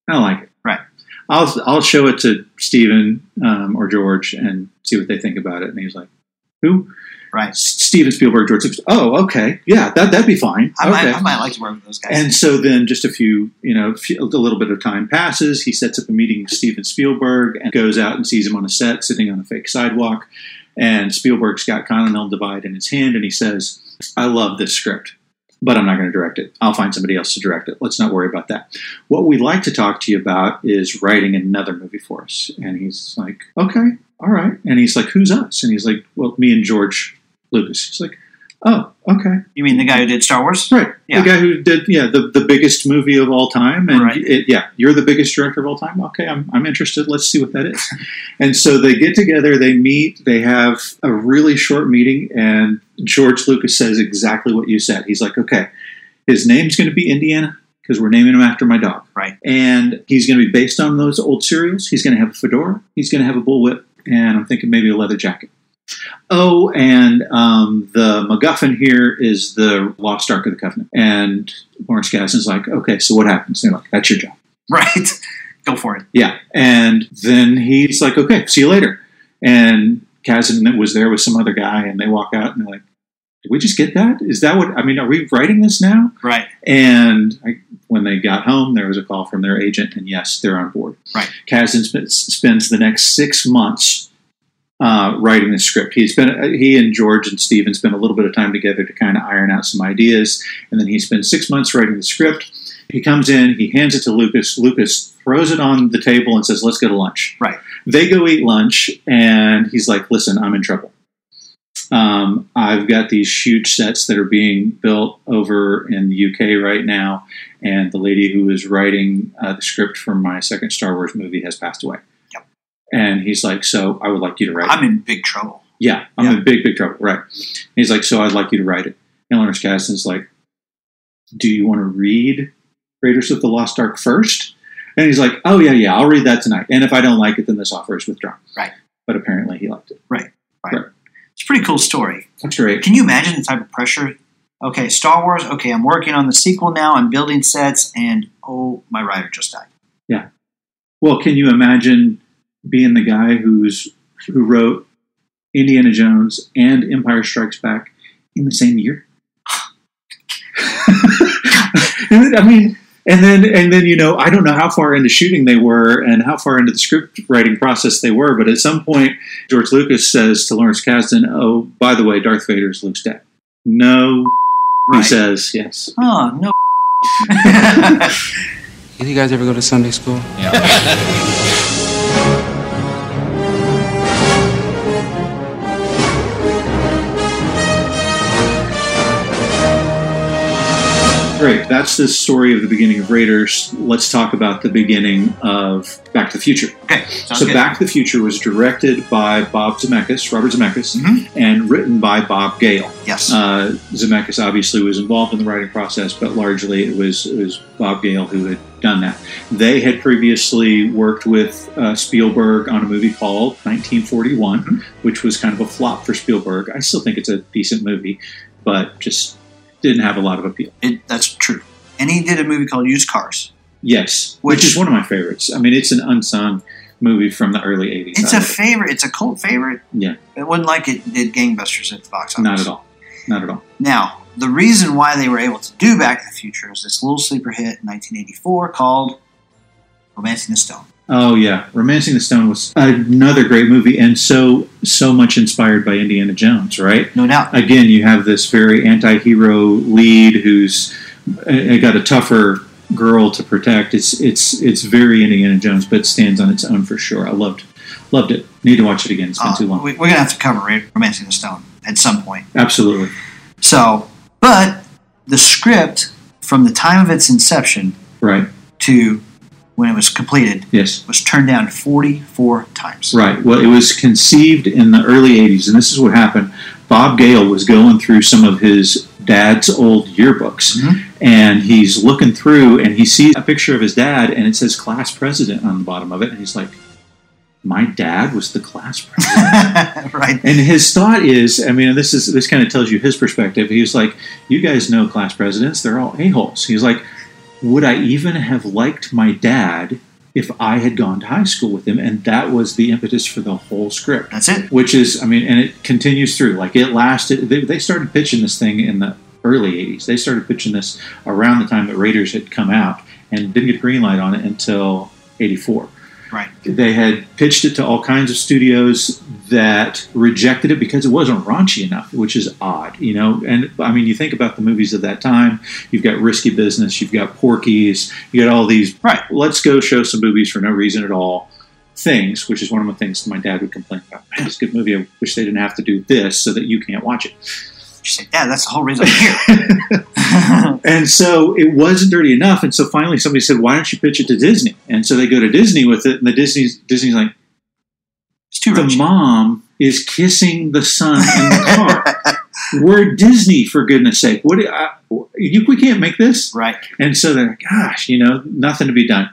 Speaker 4: I don't like it.
Speaker 3: Right.
Speaker 4: I'll, I'll show it to Steven um, or George and see what they think about it. And he's like, who?
Speaker 3: Right.
Speaker 4: Steven Spielberg, George Lucas. Oh, okay, yeah, that that'd be fine.
Speaker 3: I,
Speaker 4: okay.
Speaker 3: might, I might like to work with those guys.
Speaker 4: And so then, just a few, you know, few- a little bit of time passes. He sets up a meeting with Steven Spielberg and goes out and sees him on a set sitting on a fake sidewalk. And Spielberg's got Continental Divide in his hand, and he says, "I love this script." But I'm not going to direct it. I'll find somebody else to direct it. Let's not worry about that. What we'd like to talk to you about is writing another movie for us. And he's like, okay, all right. And he's like, who's us? And he's like, well, me and George Lucas. He's like, oh, okay.
Speaker 3: you mean the guy who did Star Wars?
Speaker 4: Right.
Speaker 3: Yeah.
Speaker 4: The guy who did yeah the, the biggest movie of all time, and
Speaker 3: Right.
Speaker 4: it, yeah, you're the biggest director of all time. Okay, I'm I'm interested. Let's see what that is. and so they get together, they meet, they have a really short meeting, and George Lucas says exactly what you said. He's like, okay, his name's going to be Indiana because we're naming him after my dog.
Speaker 3: Right.
Speaker 4: And he's going to be based on those old serials. He's going to have a fedora. He's going to have a bullwhip, and I'm thinking maybe a leather jacket. Oh, and um, the MacGuffin here is the Lost Ark of the Covenant. And Lawrence Kasdan's like, okay, so what happens? And they're like, that's your job.
Speaker 3: Right. Go for it.
Speaker 4: Yeah. And then he's like, okay, see you later. And Kasdan was there with some other guy, and they walk out and they're like, did we just get that? Is that what, I mean, are we writing this now?
Speaker 3: Right.
Speaker 4: And I, when they got home, there was a call from their agent, and yes, they're on board.
Speaker 3: Right.
Speaker 4: Kasdan sp- spends the next six months uh, writing the script. He's been uh, he and George and Steven spend a little bit of time together to kind of iron out some ideas, and then he spends six months writing the script. He comes in, he hands it to Lucas. Lucas throws it on the table and says, "Let's go to lunch."
Speaker 3: Right.
Speaker 4: They go eat lunch, and he's like, "Listen, I'm in trouble." Um, I've got these huge sets that are being built over in the UK right now, and the lady who is writing uh, the script for my second Star Wars movie has passed away.
Speaker 3: Yep.
Speaker 4: And he's like, "So I would like you to write." it."
Speaker 3: I'm in big trouble.
Speaker 4: Yeah, I'm
Speaker 3: Yeah.
Speaker 4: in big, big trouble. Right. And he's like, so I'd like you to write it. And Lawrence Kasdan's like, do you want to read Raiders of the Lost Ark first? And he's like, oh, yeah, yeah, I'll read that tonight. And if I don't like it, then this offer is withdrawn.
Speaker 3: Right.
Speaker 4: But apparently he liked it.
Speaker 3: It's a pretty cool story.
Speaker 4: That's great.
Speaker 3: Can you imagine the type of pressure? Okay, Star Wars. Okay, I'm working on the sequel now. I'm building sets, and oh, my writer just died.
Speaker 4: Well, can you imagine being the guy who's who wrote Indiana Jones and Empire Strikes Back in the same year? And then- I mean, and then and then you know, I don't know how far into shooting they were and how far into the script writing process they were, but at some point George Lucas says to Lawrence Kasdan, "Oh, by the way, Darth Vader's Luke's dad." No, he
Speaker 3: Right.
Speaker 4: says, "Yes."
Speaker 3: Oh no.
Speaker 12: you guys ever go to Sunday school?
Speaker 4: Great. That's the story of the beginning of Raiders. Let's talk about the beginning of Back to the Future.
Speaker 3: Okay, sounds
Speaker 4: so
Speaker 3: good.
Speaker 4: Back to the Future was directed by Bob Zemeckis, Robert Zemeckis,
Speaker 3: Mhm.
Speaker 4: and written by Bob Gale.
Speaker 3: Yes.
Speaker 4: Uh, Zemeckis obviously was involved in the writing process, but largely it was, it was Bob Gale who had done that. They had previously worked with uh, Spielberg on a movie called 1941,
Speaker 3: Mm-hmm.
Speaker 4: which was kind of a flop for Spielberg. I still think it's a decent movie, but just didn't have a lot of appeal.
Speaker 3: It, that's true. And he did a movie called Used Cars.
Speaker 4: Yes,
Speaker 3: Which-
Speaker 4: which, is one of my favorites. I mean, it's an unsung movie from the early '80s.
Speaker 3: It's
Speaker 4: I
Speaker 3: a
Speaker 4: love it.
Speaker 3: favorite. It's a cult favorite.
Speaker 4: Yeah.
Speaker 3: It wasn't like it did gangbusters at the box office.
Speaker 4: not at all, not at all.
Speaker 3: Now, The reason why they were able to do Back to the Future is this little sleeper hit in 1984 called Romancing the Stone.
Speaker 4: Oh yeah, *Romancing the Stone* was another great movie, and so so much inspired by Indiana Jones, right?
Speaker 3: No doubt.
Speaker 4: Again, you have this very anti-hero lead who's uh, got a tougher girl to protect. It's it's it's very Indiana Jones, but stands on its own for sure. I loved loved it. Need to watch it again. It's been
Speaker 3: Uh,
Speaker 4: too long.
Speaker 3: we- we're gonna have to cover Ra- *Romancing the Stone* at some point.
Speaker 4: Absolutely.
Speaker 3: So, but the script from the time of its inception
Speaker 4: Right.
Speaker 3: to when it was completed
Speaker 4: Yes.
Speaker 3: was turned down 44 times.
Speaker 4: Right. Well, it was conceived in the early 80s, and this is what happened. Bob Gale was going through some of his dad's old yearbooks, and he's looking through and he sees a picture of his dad, and it says class president on the bottom of it. And he's like, My dad was the class president.
Speaker 3: right.
Speaker 4: And his thought is, I mean, this is this kind of tells you his perspective. He's like, You guys know class presidents, they're all a-holes. He's like, Would I even have liked my dad if I had gone to high school with him? And that was the impetus for the whole script.
Speaker 3: That's it.
Speaker 4: Which is, I mean, and it continues through. Like it lasted they, they started pitching this thing in the early 80s. They started pitching this around the time that Raiders had come out and didn't get a green light on it until 84
Speaker 3: Right.
Speaker 4: they had pitched it to all kinds of studios that rejected it because it wasn't raunchy enough, which is odd, you know. And I mean, you think about the movies of that time. You've got Risky Business, you've got Porky's, you got all these. Right, let's go show some movies for no reason at all. Things, which is one of the things my dad would complain about. Man, it's a good movie. I wish they didn't have to do this so that you can't watch it.
Speaker 3: She's like, yeah, that's the whole reason I'm here.
Speaker 4: And so it wasn't dirty enough. And so finally somebody said, why don't you pitch it to Disney? And so they go to Disney with it. And the Disney's, Disney's like, the mom is kissing the son in the car. We're Disney, for goodness sake. What I, you, We can't make this.
Speaker 3: Right.
Speaker 4: And so they're like, gosh, you know, nothing to be done.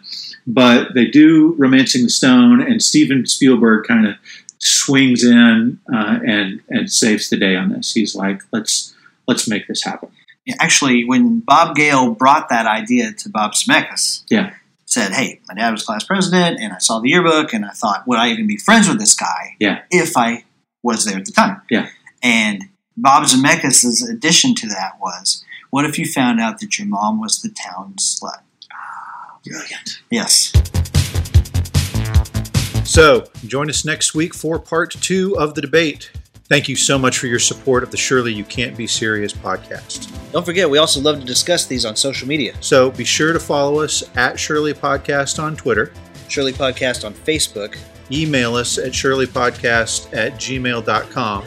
Speaker 4: But they do Romancing the Stone, and Steven Spielberg kind of swings in uh, and and saves the day on this. He's like, let's let's make this happen.
Speaker 3: Actually, when Bob Gale brought that idea to Bob Zemeckis,
Speaker 4: Yeah.
Speaker 3: said, hey, my dad was class president, and I saw the yearbook, and I thought, would I even be friends with this guy
Speaker 4: Yeah.
Speaker 3: if I was there at the time?
Speaker 4: Yeah.
Speaker 3: And Bob Zemeckis' addition to that was, what if you found out that your mom was the town slut?
Speaker 4: Brilliant.
Speaker 3: Yes.
Speaker 14: So, join us next week for part two of the debate. Thank you so much for your support of the Surely You Can't Be Serious podcast.
Speaker 2: Don't forget, we also love to discuss these on social media.
Speaker 14: So, be sure to follow us at Shirley Podcast on Twitter,
Speaker 2: Shirley Podcast on Facebook,
Speaker 14: email us at shirleypodcast at gmail.com,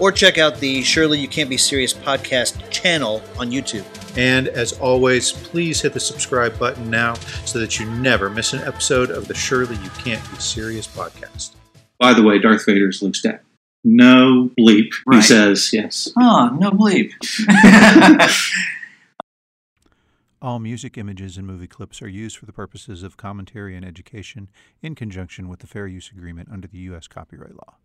Speaker 2: or check out the Shirley You Can't Be Serious Podcast channel on YouTube.
Speaker 14: and as always, please hit the subscribe button now so that you never miss an episode of the Surely You Can't Be Serious podcast.
Speaker 4: By the way, Darth Vader is Luke's dad. No bleep, he
Speaker 14: Right.
Speaker 4: says. Yes.
Speaker 3: Oh, no bleep.
Speaker 14: All music, images, and movie clips are used for the purposes of commentary and education in conjunction with the Fair Use Agreement under the U.S. copyright law.